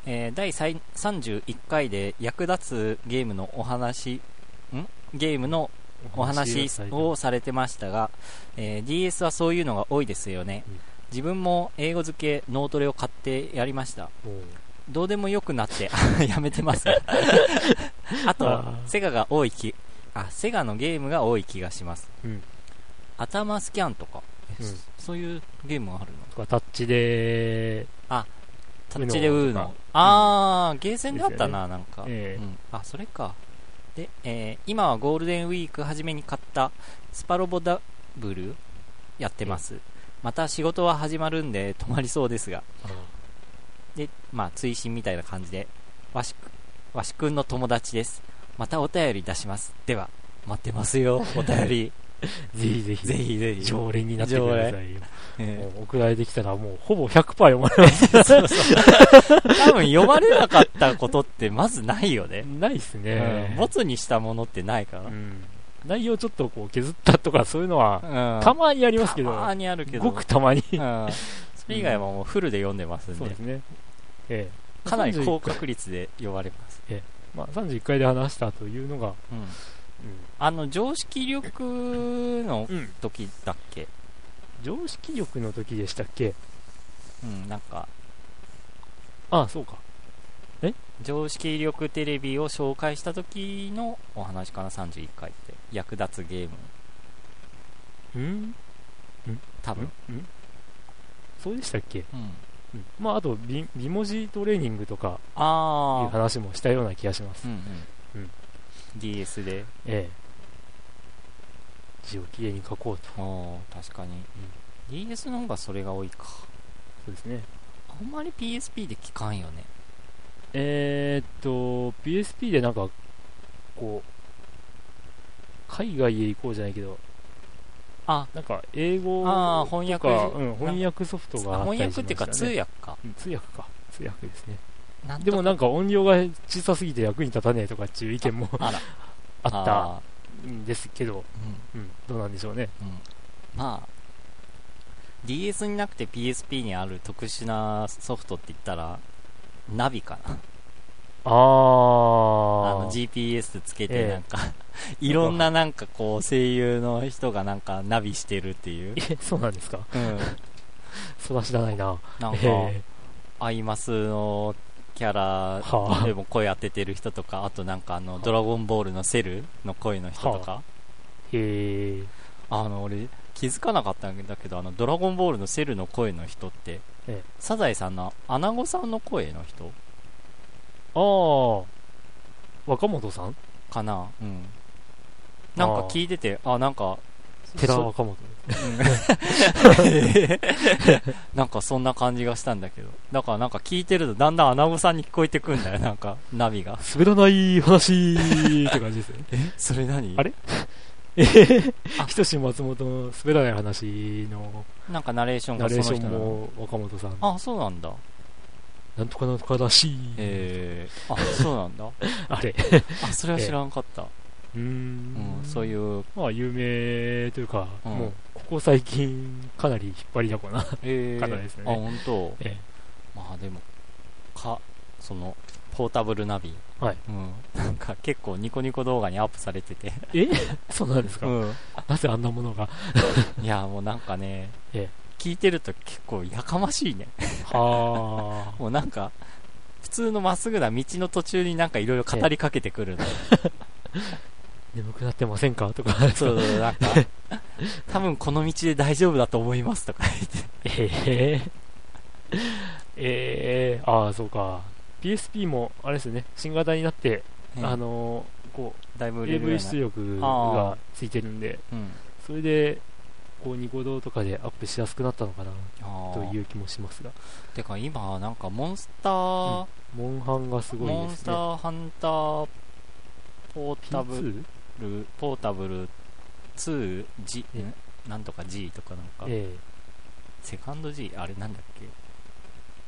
S1: えー第3 31回で役立つゲームのお話、んゲームのお話をされてましたが、えー DS はそういうのが多いですよね
S2: うん。
S1: 自分も英語付け脳トレを買ってやりました。
S2: おー
S1: どうでもよくなって やめて ます。あと
S2: あー
S1: セガが多い気、あ、セガのゲームが多い気がします。
S2: うん
S1: 頭スキャンとか、え
S2: うん
S1: そそういうゲームあるの
S2: とかタッチで、
S1: タッチでウー
S2: ウーノ
S1: ノ
S2: と。
S1: あー、ゲーセンであったな、なんか。
S2: ええ
S1: うんあ、それか。で、えー今はゴールデンウィーク初めに買ったスパロボダブルやってます。また仕事は始まるんで止まりそうですが、
S2: あ
S1: で、まあ、追伸みたいな感じで、わし、わしくんの友達です。またお便り出します。では、待ってます よ、お便り。
S2: ぜひぜひ。
S1: ぜひぜひ。
S2: 常連になってくださいよ。
S1: え
S2: もう送られてきたらもうほぼ100%読まれ ま
S1: ーそうそう。多分読まれなかったことってまずないよね
S2: す。。ないっす
S1: うん
S2: ね。
S1: ボツにしたものってないから
S2: う。ん内容ちょっとこう削ったとかそういうのは、
S1: うん
S2: たまにありますけ
S1: た
S2: ど、
S1: まにあるけど。
S2: ごくたまに。
S1: うんそれ以外はもうフルで読んでますん
S2: そう
S1: で
S2: で、すね。ええ。
S1: かなり高
S2: 31回
S1: 確率で読まれます。
S2: まあ、31回で話したというのが、
S1: うんあの、常識力の
S2: うん
S1: 時だっけ
S2: 常識力の時でしたっけ
S1: うん、なんか、
S2: ああ、そうか。
S1: 常識力テレビを紹介した時のお話かな、31回って。役立つゲーム。
S2: うん
S1: 多分。
S2: うんそうでしたっけ、
S1: うん。
S2: うん、まあ、あと美、美文字トレーニングとかいう
S1: ああ。
S2: 話もしたような気がします
S1: うん。うん。
S2: うん
S1: DS で。
S2: ええ。字をきれいに書こうと。
S1: おー確かに。DS の方がそれが多いか。
S2: そうですね。
S1: あんまり PSP で聞かんよね。
S2: えー、っと、PSP でなんか、こう、海外へ行こうじゃないけど、
S1: あ、
S2: なんか、英語
S1: あ
S2: と
S1: ー
S2: か、
S1: 翻訳
S2: うん、翻訳ソフトがあった
S1: 翻
S2: りしまし
S1: 訳
S2: た、ね、
S1: っていうか通訳か。
S2: うん通訳か。通訳ですね。
S1: なんと
S2: でもなんか音量が小さすぎて役に立たねえとかっていう意見も
S1: あら。
S2: あった
S1: あ
S2: んですけど、
S1: ーうん
S2: うん、どうなんでしょうね。
S1: うん、まあ DS になくて PSP にある特殊なソフトって言ったらナビかなあ
S2: あー
S1: の GPS つけ
S2: え
S1: て
S2: え
S1: なんか、 いろんななんかこう声優の人がなんかナビしてるっていう、
S2: え、 そうなんですか
S1: うん、
S2: そら知らないな。
S1: なんか
S2: え
S1: アイマスのキャ
S2: は
S1: ラ
S2: あ
S1: でも声当ててる人とかあとなんかあのドラゴンボールのセルの声の人とか
S2: ー、へー
S1: あの俺気づかなかったんだけどあのドラゴンボールのセルの声の人って、
S2: ええ
S1: サザエさんのアナゴさんの声の人
S2: あー、若本さん
S1: かなうんなんか聞いててあなんか
S2: 寺
S1: そ
S2: 若本。
S1: なんかそんな感じがしたんだけどだからなんか聞いてるとだんだんアナゴさんに聞こえてくんだよなんかナビが
S2: 滑らない話って感じですね。
S1: それ何
S2: あれえへへひとし松本の滑らない話の
S1: なんかナレーション
S2: ナ
S1: がそ
S2: レー
S1: の
S2: シ
S1: 人
S2: ョ
S1: なの
S2: ンも若本さん。
S1: あそうなんだ
S2: なんとかなんとからしい。
S1: えー、あそうなん だ
S2: あれ。
S1: あそれは知らんかった、
S2: うーん
S1: うん、そういう
S2: まあ、有名というか、
S1: うん
S2: もう、ここ最近、かなり引っ張りだこな。
S1: えー
S2: 方ですね
S1: あ本当。
S2: え
S1: まあでもかそのポータブルナビ
S2: はい、
S1: うん、なんか結構ニコニコ動画にアップされてて、
S2: え そうなんですか、
S1: ん、
S2: なぜあんなも のが。
S1: いやもうなんかね、
S2: え
S1: 聞いてると結構やかましいね
S2: は
S1: もうなんか普通のまっすぐな道の途中になんかいろいろ語りかけてくるの、
S2: ー眠くなってませんかとか。
S1: そうそうなんか多分この道で大丈夫だと思いますとか言っ
S2: えー、えー、ああ、そうか。PSP も、あれですね、新型になって、
S1: て
S2: あのーこ
S1: だいぶ売
S2: う、
S1: れるよう
S2: AV
S1: にな
S2: 出力がついてるんで、
S1: うん
S2: それで、こう、ニコ動とかでアップしやすくなったのかな、
S1: あ
S2: と
S1: ー
S2: いう気もしますが。
S1: てか今なんかモンスター、
S2: モンハンがすごい
S1: モ
S2: で
S1: ンス
S2: す
S1: タ
S2: ね。
S1: ーハンターポータブ
S2: P2?
S1: ルポータブル 2G
S2: え
S1: んなんとか G とかなんか、
S2: ええ
S1: セカンド G あれなんだっけ
S2: い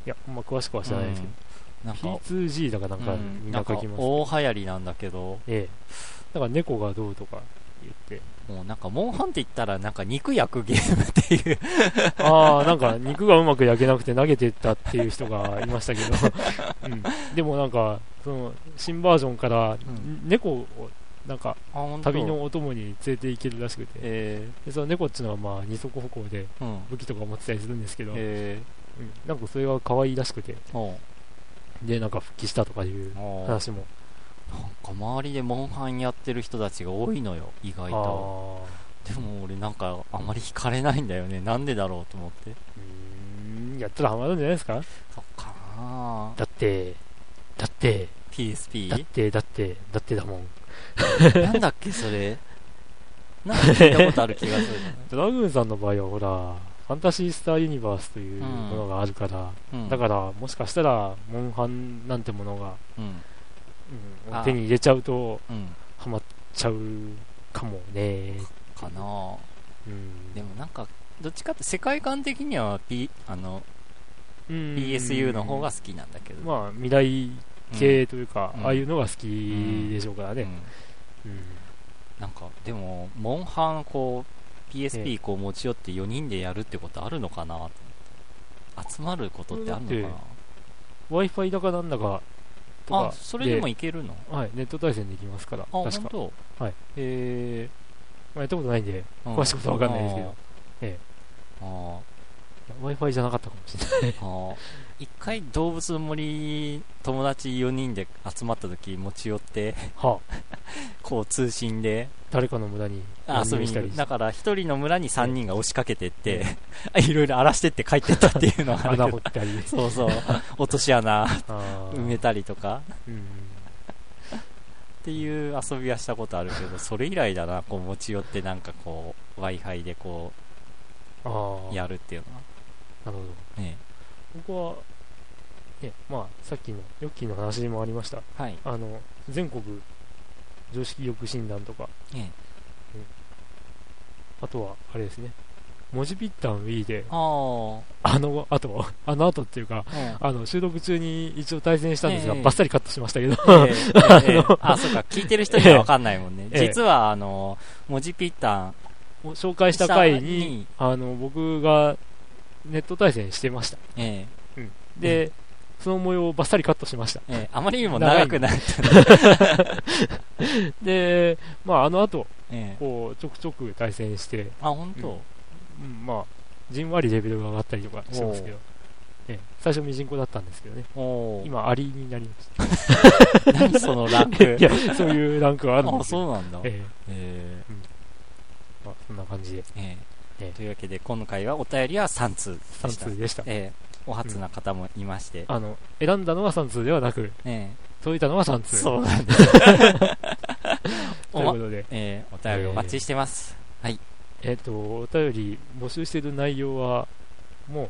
S2: や、ほんま詳しくは知らないですけど、
S1: うんなんか
S2: P2G だからなんか
S1: うん
S2: みん
S1: な
S2: なん
S1: か
S2: 書きます、
S1: 大流行りなんだけど
S2: ええ。だから猫がどうとか言 って。
S1: もうなんかモンハンって言ったらなんか肉焼くゲームっ ていう
S2: ああ、なんか肉がうまく焼けなくて投げてったっていう人がいましたけ ど、うん、でもなんか、その新バージョンから
S1: ん
S2: 猫をなんか
S1: あ本当
S2: 旅のお供に連れて行けるらしくて、
S1: え
S2: でその猫っていうのはまあ二足歩行で
S1: ー、うん
S2: 武器とか持ってたりするんですけど、うん
S1: え
S2: なんかそれが可愛いらしくて、
S1: ー、おう
S2: で、なんか復帰したとかいう
S1: おうなんか
S2: 話も。
S1: 周りでモンハンやってる人たちが多いのよ意
S2: あ
S1: 外と
S2: あ。
S1: でも俺なんかあまり惹かれないんだよねなんでだろうと思って
S2: うーんやったらハマるんじゃないですか
S1: そっかなぁ
S2: だって、だって、だっ
S1: PSP?
S2: て、だって、だってだもん。
S1: なんだっけ、そ れ。なんか聞いたことある気がするな。
S2: ドラグーンさんの場合はほら、ファンタシースターユニバースというものがあるから、
S1: うん。
S2: だからもしかしたら、モンハンなんてものが、
S1: うん。
S2: うん
S1: あー
S2: 手に入れちゃうと、
S1: うん。
S2: ハマっちゃうかもね。
S1: かなぁ。
S2: うん、
S1: でもなんか、どっちかって世界観的には、P、あの、
S2: うん
S1: PSU の方が好きなんだけど。
S2: まあ、未来
S1: うん
S2: 系というか、
S1: うん
S2: ああいうのが好きでしょうから
S1: う
S2: ね。
S1: ん
S2: うん
S1: なんか、でも、モンハンこう、PSP こう持ち寄って4人でやるってことあるのかな集まることってあるのか
S2: Wi-Fi だかなんだかと
S1: なあ、
S2: か、
S1: それでもいけるの
S2: はい、ネット対戦できますから、
S1: あ、ほん
S2: 確か。
S1: と
S2: えーまあ、やったことないんで、
S1: うん
S2: 詳しいことは分かんないですけどえ
S1: あー
S2: Wi-Fi じゃなかったかもしれない。
S1: あー一回動物の森友達4人で集まった時持ち寄って
S2: はあ、
S1: こう通信で
S2: 誰かの無駄に
S1: 遊びに行
S2: 乱入
S1: くだから1人の村に3人が押しかけてって、 いろいろ荒らしてって帰ってったっていうのがある
S2: 穴
S1: け
S2: 掘
S1: ど
S2: ったり、
S1: そうそう落とし穴
S2: あー
S1: 埋めたりとか
S2: うん
S1: っていう遊びはしたことあるけどそれ以来だなこう持ち寄ってなんかこう w i f i でこ
S2: あー
S1: うやるっていうのは
S2: なるほど。
S1: ね
S2: 僕は、ね、まあ、さっきのヨッキーの話にもありました。
S1: はい
S2: あの、全国常識力診断とか、
S1: ね
S2: うんあとは、あれですね、文字ぴったん Wii で、
S1: ああ
S2: あの後、あの後っていうか、
S1: うん
S2: あの、収録中に一応対戦したんですが、
S1: ええ
S2: バッサリカットしましたけど、
S1: ええええ あ、そうか、聞いてる人には分かんないもんね。
S2: ええ
S1: 実は、あの、文字ピッタン
S2: 紹介した回
S1: 下
S2: に、あの、僕がネット対戦してました。
S1: え
S2: で、その模様をバッサリカットしました。
S1: えええあまりにも長くなるとね、
S2: で、まあ、あの後、
S1: ええ
S2: こう、ちょくちょく対戦して、
S1: あ、本当、
S2: うんうん、まあ、じんわりレベルが上がったりとかしてますけど、ええ最初ミジンコだったんですけどね、
S1: おー
S2: 今、アリになりました。
S1: 何そのランク。
S2: いや、そういうランクはあるん
S1: あ、
S2: ですよ。
S1: そうなんだ。え
S2: ええ
S1: え
S2: まあ、そんな感じで、
S1: ええ
S2: ええ
S1: というわけで、今回はお便りは3通でした。
S2: 3通でした。
S1: ええお初な方もいまして。
S2: あの、選んだのは3通ではなく、
S1: え
S2: 届いたのは3
S1: え
S2: 通。
S1: そうなん です。
S2: と
S1: お
S2: いう
S1: ま
S2: ことで、
S1: ええお便りお待ちしてます。
S2: えっ、と、お便り募集している内容は、も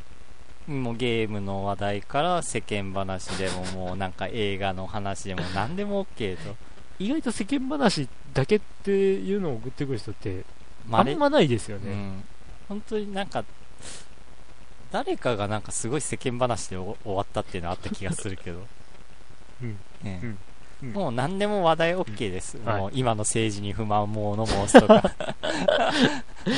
S1: もうゲームの話題から世間話でももうなんか映画の話でも何でも OK と。
S2: う、意外と世間話だけっていうのを送ってくる人って、
S1: ま
S2: あ
S1: れ
S2: んまないですよ
S1: う
S2: ね。
S1: ん、本当になんか誰かがなんかすごい世間話でお終わったっていうのあった気がするけど、
S2: うん
S1: ね
S2: うんうん
S1: もう何でも話題 OK です、
S2: はい
S1: もう今の政治に不満もの申すと か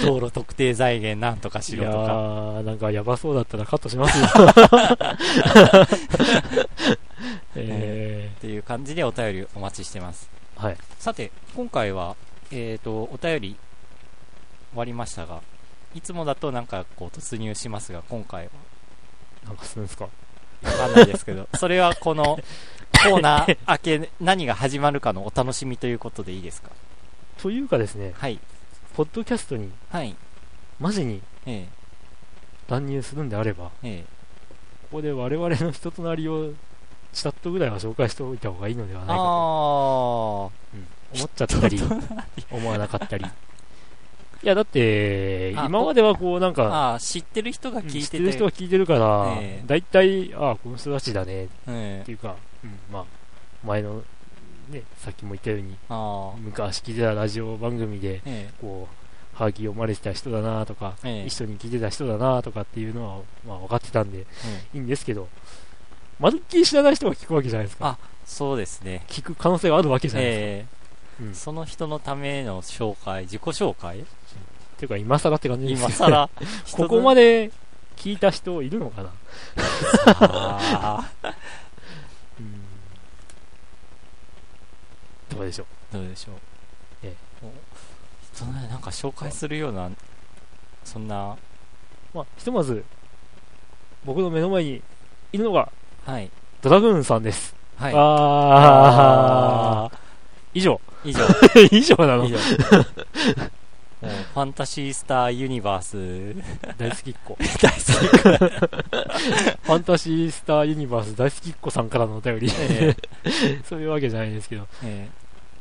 S1: 道路特定財源なんとかし
S2: い
S1: ろ
S2: や
S1: とか
S2: ー、なんかやばそうだったらカットしますよ。 え
S1: っていう感じでお便りお待ちしてます
S2: ー、はい。
S1: さて今回は、えー、とお便り終わりましたがいつもだとなんかこう突入しますが今回は
S2: なんかするんですか
S1: わかんないですけど、 それはこのコーナ ー明け、何が始まるかのお楽しみということでいいですか
S2: というかですね、
S1: はい。
S2: ポッドキャストに
S1: はい。
S2: マジに
S1: え
S2: 乱入するんであれば、
S1: え、え
S2: ここで我々の人となりを、チラッとぐらいは紹介しておいた方がいいのでは
S1: え。
S2: ないかと
S1: あ
S2: 思っちゃったり、思わなかったり。いや、だって、
S1: あ
S2: 今まではこう、なん
S1: あ。
S2: か、
S1: ああ、知ってる人が聞い
S2: 知って
S1: て。
S2: てる人は聞いてるから
S1: ええ、
S2: 大体、ああ、この人たちだね、っ
S1: え
S2: て
S1: え。
S2: いうか、うんまあ、前の、ね、さっきも言ったように、
S1: ああ。
S2: 昔聞いてたラジオ番組で、
S1: え
S2: こう、はがき読まれてた人だなとか、
S1: え。ええ
S2: 一。緒に聞いてた人だなとかっていうのは、まあ、分かってたんで、いいんですけど、まるっきり知らない人が聞くわけじゃないですか。
S1: あそうですね。
S2: 聞く可能性があるわけじゃないですか。
S1: ええ。
S2: うん
S1: その人のための紹介、自己紹介
S2: っていうか、今更って感じですよ
S1: 今
S2: ね。
S1: 更
S2: ここま
S1: で。
S2: で聞いた人いるのかな、
S1: ああ
S2: どうでしょう。
S1: どうでしょう。
S2: え
S1: お人のなんか紹介するような、そんな、
S2: まあ、ひとまず、僕の目の前にいるのが、
S1: はい。
S2: ドラグーンさんです。
S1: はい。
S2: あー。以上。
S1: 以上、
S2: 以上な の
S1: 以上。 もうファンタシースターユニバース
S2: 大好きっ子。
S1: 大好きか、
S2: ファンタシースターユニバース大好きっ子さんからのお便り。
S1: ええ
S2: そういうわけじゃないですけど。
S1: ええ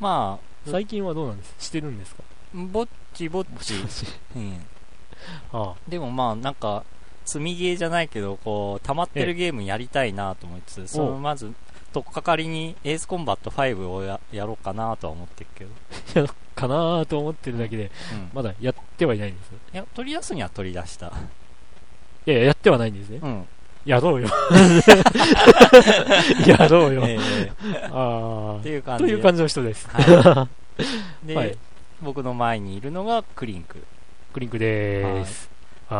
S1: まあ、
S2: 最近はどうなんですしてるんですか
S1: ぼっちぼっ
S2: ぼ
S1: ち
S2: ちぼち
S1: うん、
S2: あ
S1: でもまあなんか積みゲーじゃないけどこう溜まってるゲームやりたいなと思いつつそのまず取っかかりにエースコンバット5をややろうかなとは思ってるけど、
S2: あかなーと思ってるだけで、
S1: うん、い
S2: まだやってはいないんです。い
S1: や取り出すには取り出した、
S2: やいや、やってはないんですね。
S1: うん
S2: やろう よ。やろうよ。
S1: ええ
S2: あ
S1: って
S2: あ。
S1: いう感じ
S2: と
S1: で
S2: いう感じの人です。
S1: はい、で、
S2: はい
S1: 僕の前にいるのがクリンク
S2: クリンクでーす。あ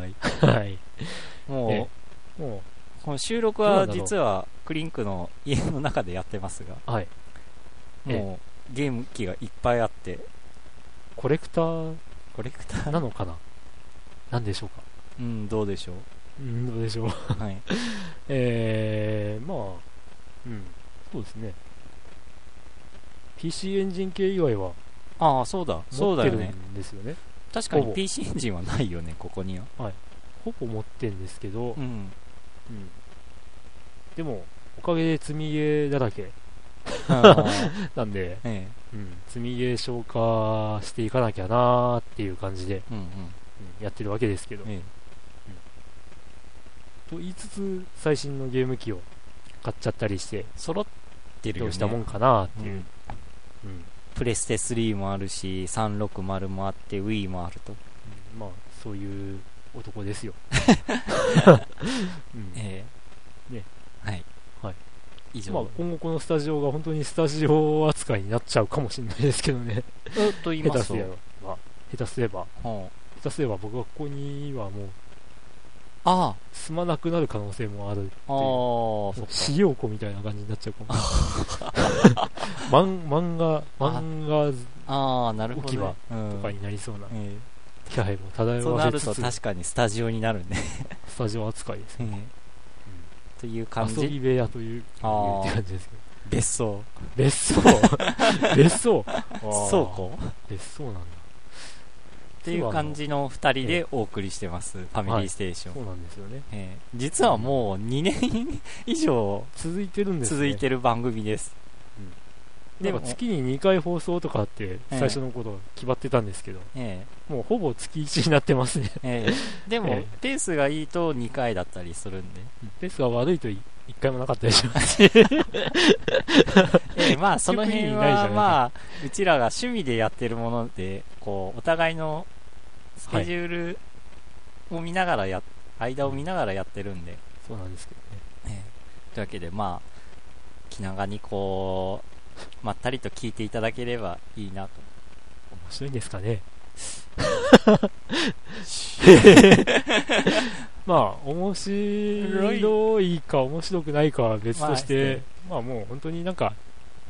S1: はい
S2: あ。はい。
S1: もう、
S2: えも
S1: この収録は実はクリンクの家の中でやってますが
S2: う、はい。ええ
S1: もうゲーム機がいっぱいあって
S2: コレクター
S1: コレクター
S2: なのかななんでしょうか
S1: うんどうでしょ
S2: うん、どうでしょう。
S1: う、はい、
S2: えー、まあ、うん、そうですね。PC エンジン系以外は
S1: ああそうだそ
S2: 持
S1: う
S2: っ
S1: だ
S2: て
S1: よ
S2: る
S1: ね
S2: んですよね。
S1: 確かに
S2: ほぼ
S1: PC エンジンはないよねここには
S2: ほぼ持ってるんですけど、
S1: う
S2: うん
S1: ん
S2: でも、おかげで積みゲーだらけ
S1: あー
S2: なんで、
S1: え
S2: うん、積みゲー消化していかなきゃなーっていう感じで、
S1: えうんうん
S2: うんやってるわけですけど、
S1: ええ
S2: と言いつつ、最新のゲーム機を買っちゃったりして、
S1: 揃ってるよ
S2: ど
S1: ね
S2: うしたもんかなーっていう
S1: ん
S2: う。うん
S1: プレステ3もあるし360もあって Wii もあると、
S2: うんまあそういう男で すよ、うん
S1: ええ
S2: ね
S1: はい、
S2: はい、
S1: 以上、
S2: まあ、今後このスタジオが本当にスタジオ扱いになっちゃうかもしれないですけどね
S1: うと言い
S2: 下
S1: ま
S2: 手
S1: す
S2: すれ
S1: と
S2: ば下手すれば
S1: ほう
S2: 下手すれば僕はここにはもう
S1: あ
S2: 住まなくなる可能性もある
S1: あああそ っか
S2: 資料庫みたいな感じになっちゃうかも マン漫画漫画
S1: ああなるほど、ね、
S2: 置き場
S1: と
S2: とかになりそうな
S1: え
S2: 気配も
S1: えそう
S2: 漂
S1: な
S2: わ
S1: る
S2: せつ
S1: と
S2: つ
S1: 確かにスタジオになるね、
S2: スタジオ扱いです
S1: え
S2: ね
S1: えという感
S2: 遊び
S1: じ
S2: 部屋という
S1: あー
S2: いう感じですけど
S1: 別荘
S2: 別 荘別荘
S1: 倉庫
S2: 別荘なんだ
S1: っていう感じの2人でお送りしてます、ファミリーステーション、
S2: そうなんですよね
S1: ええ実はもう2年以上
S2: 続いてるんですね
S1: 続いてる番組です
S2: でも月に2回放送とかって
S1: ええ
S2: 最初の頃決まってたんですけど、
S1: え
S2: もうほぼ月1になってますね
S1: えええでも、
S2: え
S1: ペースがいいと2回だったりするんで、
S2: ペースが悪いと1回もなかったでしょ
S1: ええまあその辺
S2: 結局意味ないじゃな
S1: はいまあうちらが趣味でやってるものでこうお互いのスケジュールを見ながらや、間を見ながらやってるんで、
S2: そうなんですけどね
S1: ええというわけでまあ気長にこうまったりと聞いていただければいいなと
S2: 面白いんです かねまあ面白いか面白くないかは別として、まあ、もう本当になんか、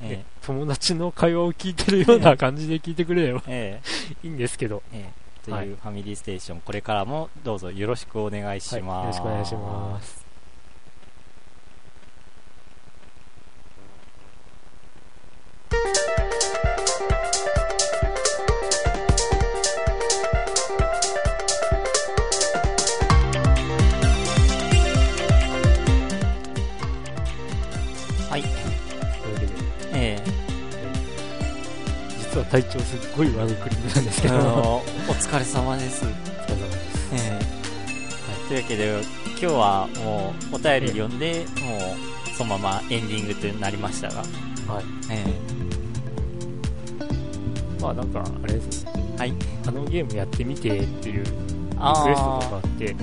S2: ね
S1: え
S2: 友達の会話を聞いてるような感じで聞いてくれれば
S1: ええ
S2: いいんですけど
S1: えええと
S2: はい
S1: いうファミリーステーション、これからもどうぞよろしくお願いし
S2: はい、よ
S1: ま
S2: ろ
S1: す、
S2: しくお願いします
S1: はい
S2: というわけで
S1: ええ
S2: 実は体調すっごい悪くりなんですけど
S1: あのお疲れ様です、
S2: お疲れ様です
S1: ええというわけで今日はもうお便り読んで、もうそのままエンディングとなりましたが、
S2: はい
S1: え
S2: まあなんかあれですね
S1: えはい
S2: あのゲームやってみてっていうリクエス
S1: あ
S2: トとかあって
S1: ー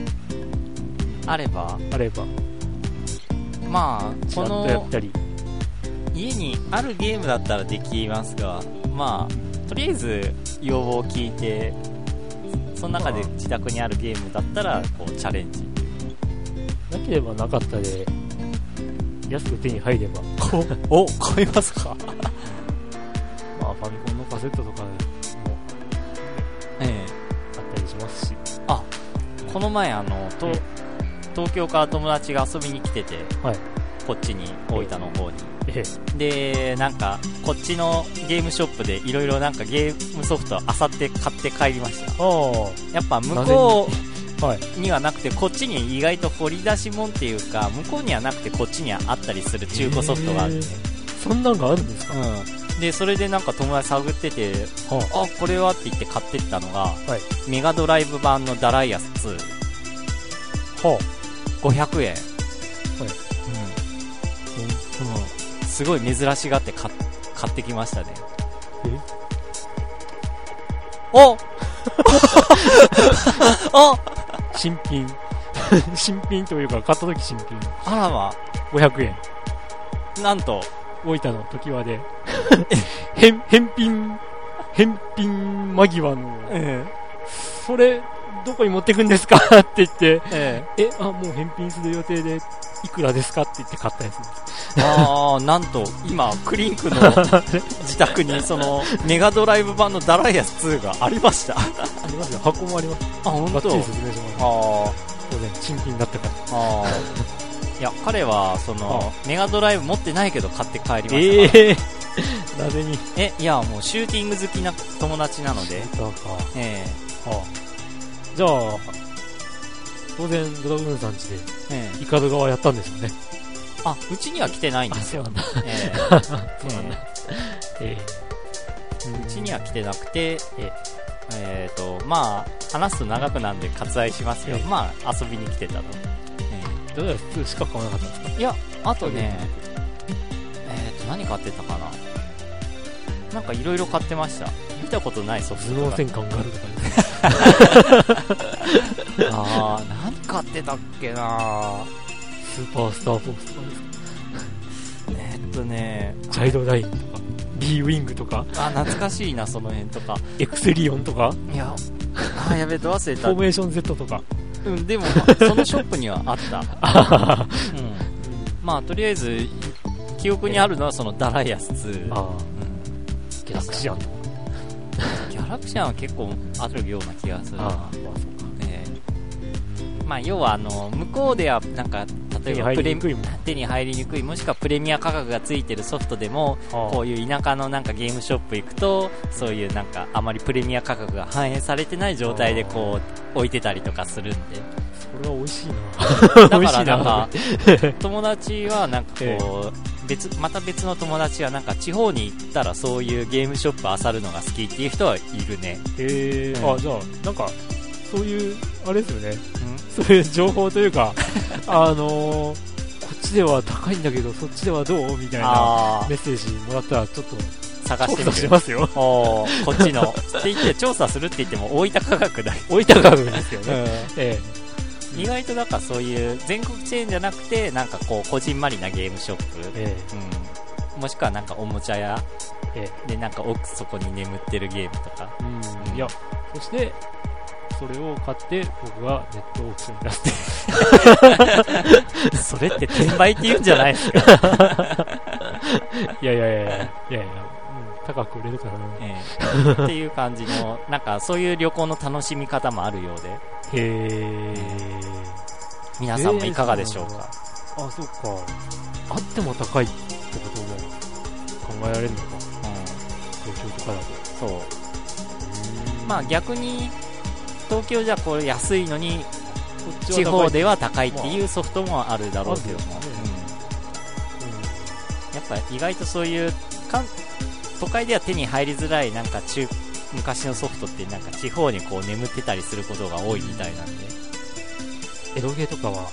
S1: あれば
S2: あれば
S1: まあ
S2: ち
S1: こ
S2: らっとや
S1: の
S2: ったり
S1: 家にあるゲームだったらできますがまあとりあえず要望を聞いてその中で
S2: まあ
S1: 自宅にあるゲームだったらこうチャレンジ
S2: なければなかったで安く手に入れば、
S1: お買いますか
S2: まあ、ファミコンのカセットとかも
S1: ええ
S2: あったりしますし
S1: この前あのと
S2: え
S1: 東京から友達が遊びに来てて、
S2: はい
S1: こっちに大分の方に
S2: ええ
S1: でなんかこっちのゲームショップでいろいろなんかゲームソフトを漁って買って帰りました
S2: ああ
S1: やっぱ向こ
S2: はいう
S1: にはなくてこっちに意外と掘り出し物っていうか向こうにはなくてこっちにはあったりする中古ソフトがあるんで、
S2: そんなんがあるんですか
S1: うんで、それでなんか友達探ってて、
S2: は
S1: あ、これはって言って買ってったのが、
S2: は
S1: メガドライブ版のダライアス2、
S2: あ、は
S1: 500円。うん。すごい珍しがって買っ買ってきましたね。
S2: え
S1: お お
S2: あ、新品。 新品というか、買った時新品。
S1: あらま、
S2: 500円。
S1: なんと、
S2: 大分の時はで、 返返品、返品間際の、
S1: え
S2: それ、どこに持ってくんですか って言って、
S1: え
S2: え、あ、もう返品する予定で、いくらですかって言って買ったやつ。
S1: ああ、なんと、今、クリンクの 自宅に、その、メガドライブ版のダライアス2がありました。あ、
S2: ありますよ。箱もあります。
S1: 本
S2: バッ
S1: 当。
S2: チリ説明します。
S1: あ
S2: 当然、新品だったから。
S1: あ、ああ。いや、彼は、その、メガドライブ持ってないけど買って帰りましたから。
S2: ええなぜに。
S1: えいや、もう、シューティング好きな友達なので、
S2: そうか。
S1: え
S2: ああじゃあ、当然、ドラグーンさんちで、
S1: えええ
S2: イカド側やったんですよね。
S1: あ、うちには来てないんですよ。
S2: うなんだ。
S1: ええ
S2: そうなんだ。ええ
S1: うちには来てなくて、
S2: え
S1: えーと、まあ、話すと長くなんで割愛しますよ
S2: え。え
S1: まあ、遊びに来てたと。ええ
S2: ドラ2しか買わなかったんですか
S1: いや、あとね、えー、と、何買ってたかな。なんかいろいろ買ってました。見たことないソフ
S2: 頭脳
S1: トと
S2: 戦艦があるとかね。
S1: か。あー、何買ってたっけな
S2: スーパースターフォースとかですか
S1: えーっとね、
S2: チャイルドラインとか、B ウィングとか、
S1: あ、懐かしいな、その辺とか。
S2: エクセリオンとか、
S1: いや、あー、やべ、ど忘れ
S2: フォー
S1: た。
S2: メーション Z とか。
S1: うん、でも、そのショップにはあ った。
S2: あはは
S1: うん。まあ、とりあえず、記憶にあるのはそのダライアス2。
S2: ああ、
S1: うん
S2: ギャラクシアンとか。
S1: ギャラクシアンは結構あるような気がするな
S2: あ。あ、まあそうか。
S1: ええまあ、要はあの向こうではなんか
S2: 手
S1: 例
S2: に
S1: えば
S2: 入
S1: プ
S2: り
S1: レ
S2: にくいもん。
S1: 手に入りにくいもしくはプレミア価格がついてるソフトでもこ
S2: こ
S1: ういう田舎のなんかゲームショップ行くとそういうなんかあまりプレミア価格が反映されてない状態でこう置いてたりとかするんで
S2: う、それは美味し いな。
S1: だか
S2: 美味し
S1: ら
S2: いな
S1: なんか 友達はなんかこう別また別の友達はなんか地方に行ったらそういうゲームショップ漁るのが好きっていう人はいるね
S2: へえ
S1: うん
S2: あじゃあなんかそういうあれですよねそういう情報という かあのーこっちでは高いんだけどそっちではどうみたいな
S1: あ
S2: メッセージもらったらちょっと
S1: あ探して
S2: 調査し
S1: みる
S2: ますよ
S1: おーこっちのって言って調査するって言っても大分価格だよ、
S2: 置いたかぶですよね、え
S1: 意外となんかそういう全国チェーンじゃなくてなんかこうこじんまりなゲームショップ、
S2: ええ
S1: うん、もしくはなんかおもちゃ屋
S2: ええ
S1: でなんか奥底に眠ってるゲームとか
S2: えうんいやそしてそれを買って僕がネットオークションに出 して
S1: それって転売って言うんじゃないですか、
S2: いやいやいやいやいやいやうん高く売れるからなへ
S1: ええっていう感じのなんかそういう旅行の楽しみ方もあるようで
S2: え
S1: 皆さんもいかがでしょうか、
S2: あそうかあっても高いってことも考えられるのか東京とかだと
S1: うん、そうまあ逆に東京じゃこれ安いのに地方では高いっていうソフトもあるだろうけども、
S2: まあ
S1: うんやっぱ意外とそういうかん都会では手に入りづらいなんか中昔のソフトってなんか地方にこう眠ってたりすることが多いみたいなんで
S2: エロゲーとかは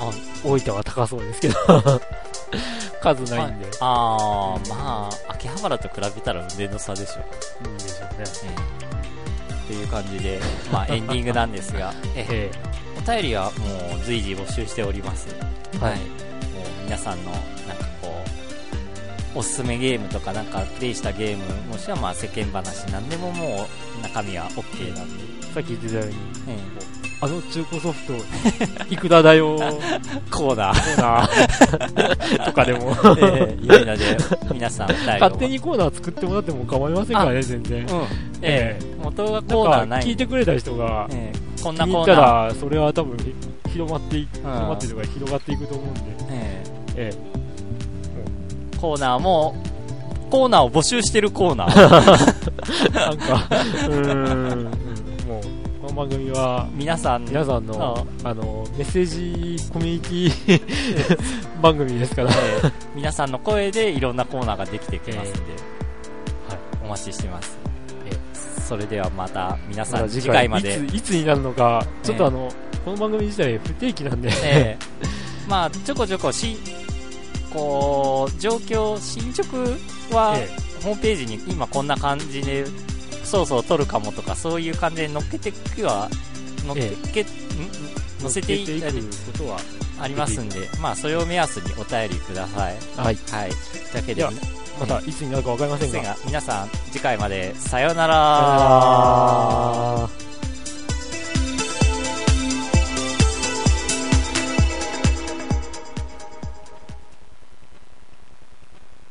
S2: あ大分は高そうですけど数ないんで、
S1: ああまあ秋葉原と比べたら運命の差でしょう、
S2: い、いんでしょうね
S1: ね、っていう感じ で、まあ、エンディングなんですがえ
S2: え
S1: お便りはもう随時募集しております
S2: え
S1: はい、もう皆さんのなんかこうおすすめゲームとかなんかプレイしたゲームもしくはまあ世間話なんでももう中身は OK なんで、
S2: さっき言ってたように
S1: え
S2: あの中古ソフトいくらだよそう
S1: えコーナー、
S2: なとかでも
S1: ええ、良いので皆さんお便りを
S2: 勝手にコーナー作ってもらっても構いませんからね全
S1: う
S2: 然
S1: んええ
S2: え
S1: 元が
S2: な
S1: コ
S2: ん
S1: ーナー
S2: か
S1: ない
S2: 聞いてくれた人が
S1: ええこん
S2: 気
S1: な
S2: に入
S1: コ
S2: っ
S1: ーナ
S2: た
S1: ー、
S2: らそれは多分広まってい広まってというか広がっていくと思うんで
S1: え
S2: え
S1: えコーナーもコーナー を募集してるコーナー
S2: え、なんか、うーん、もう、の番組は
S1: 皆さん、
S2: 皆さん
S1: あ
S2: のあのメッセージコミュニテ ィ番組ですから、
S1: えー皆さんの声でいろんなコーナーができてきますんで、
S2: えーはい
S1: お待ちしてます、
S2: えー
S1: それではまた皆さ
S2: ま
S1: ん
S2: た
S1: 次回まで、
S2: いついつになるのか、ちょっ
S1: え
S2: と
S1: え
S2: あの、この番組自体不定期なんで、
S1: えーまあちょこちょこしこう状況進捗は、
S2: え
S1: ホームページに今こんな感じでそろそろ撮るかもとかそういう感じで載っけてくは載っけ、ん
S2: え
S1: 載せてい
S2: 乗っ
S1: った
S2: けてい
S1: り
S2: くことは、
S1: ありますんで、まあ、それを目安にお便りください。
S2: はい、
S1: はい。だけ
S2: で
S1: で、
S2: はまたいつになるかわかりません
S1: せ
S2: が。
S1: が皆さん、次回まで、さような
S2: さよ
S1: ら
S2: うなら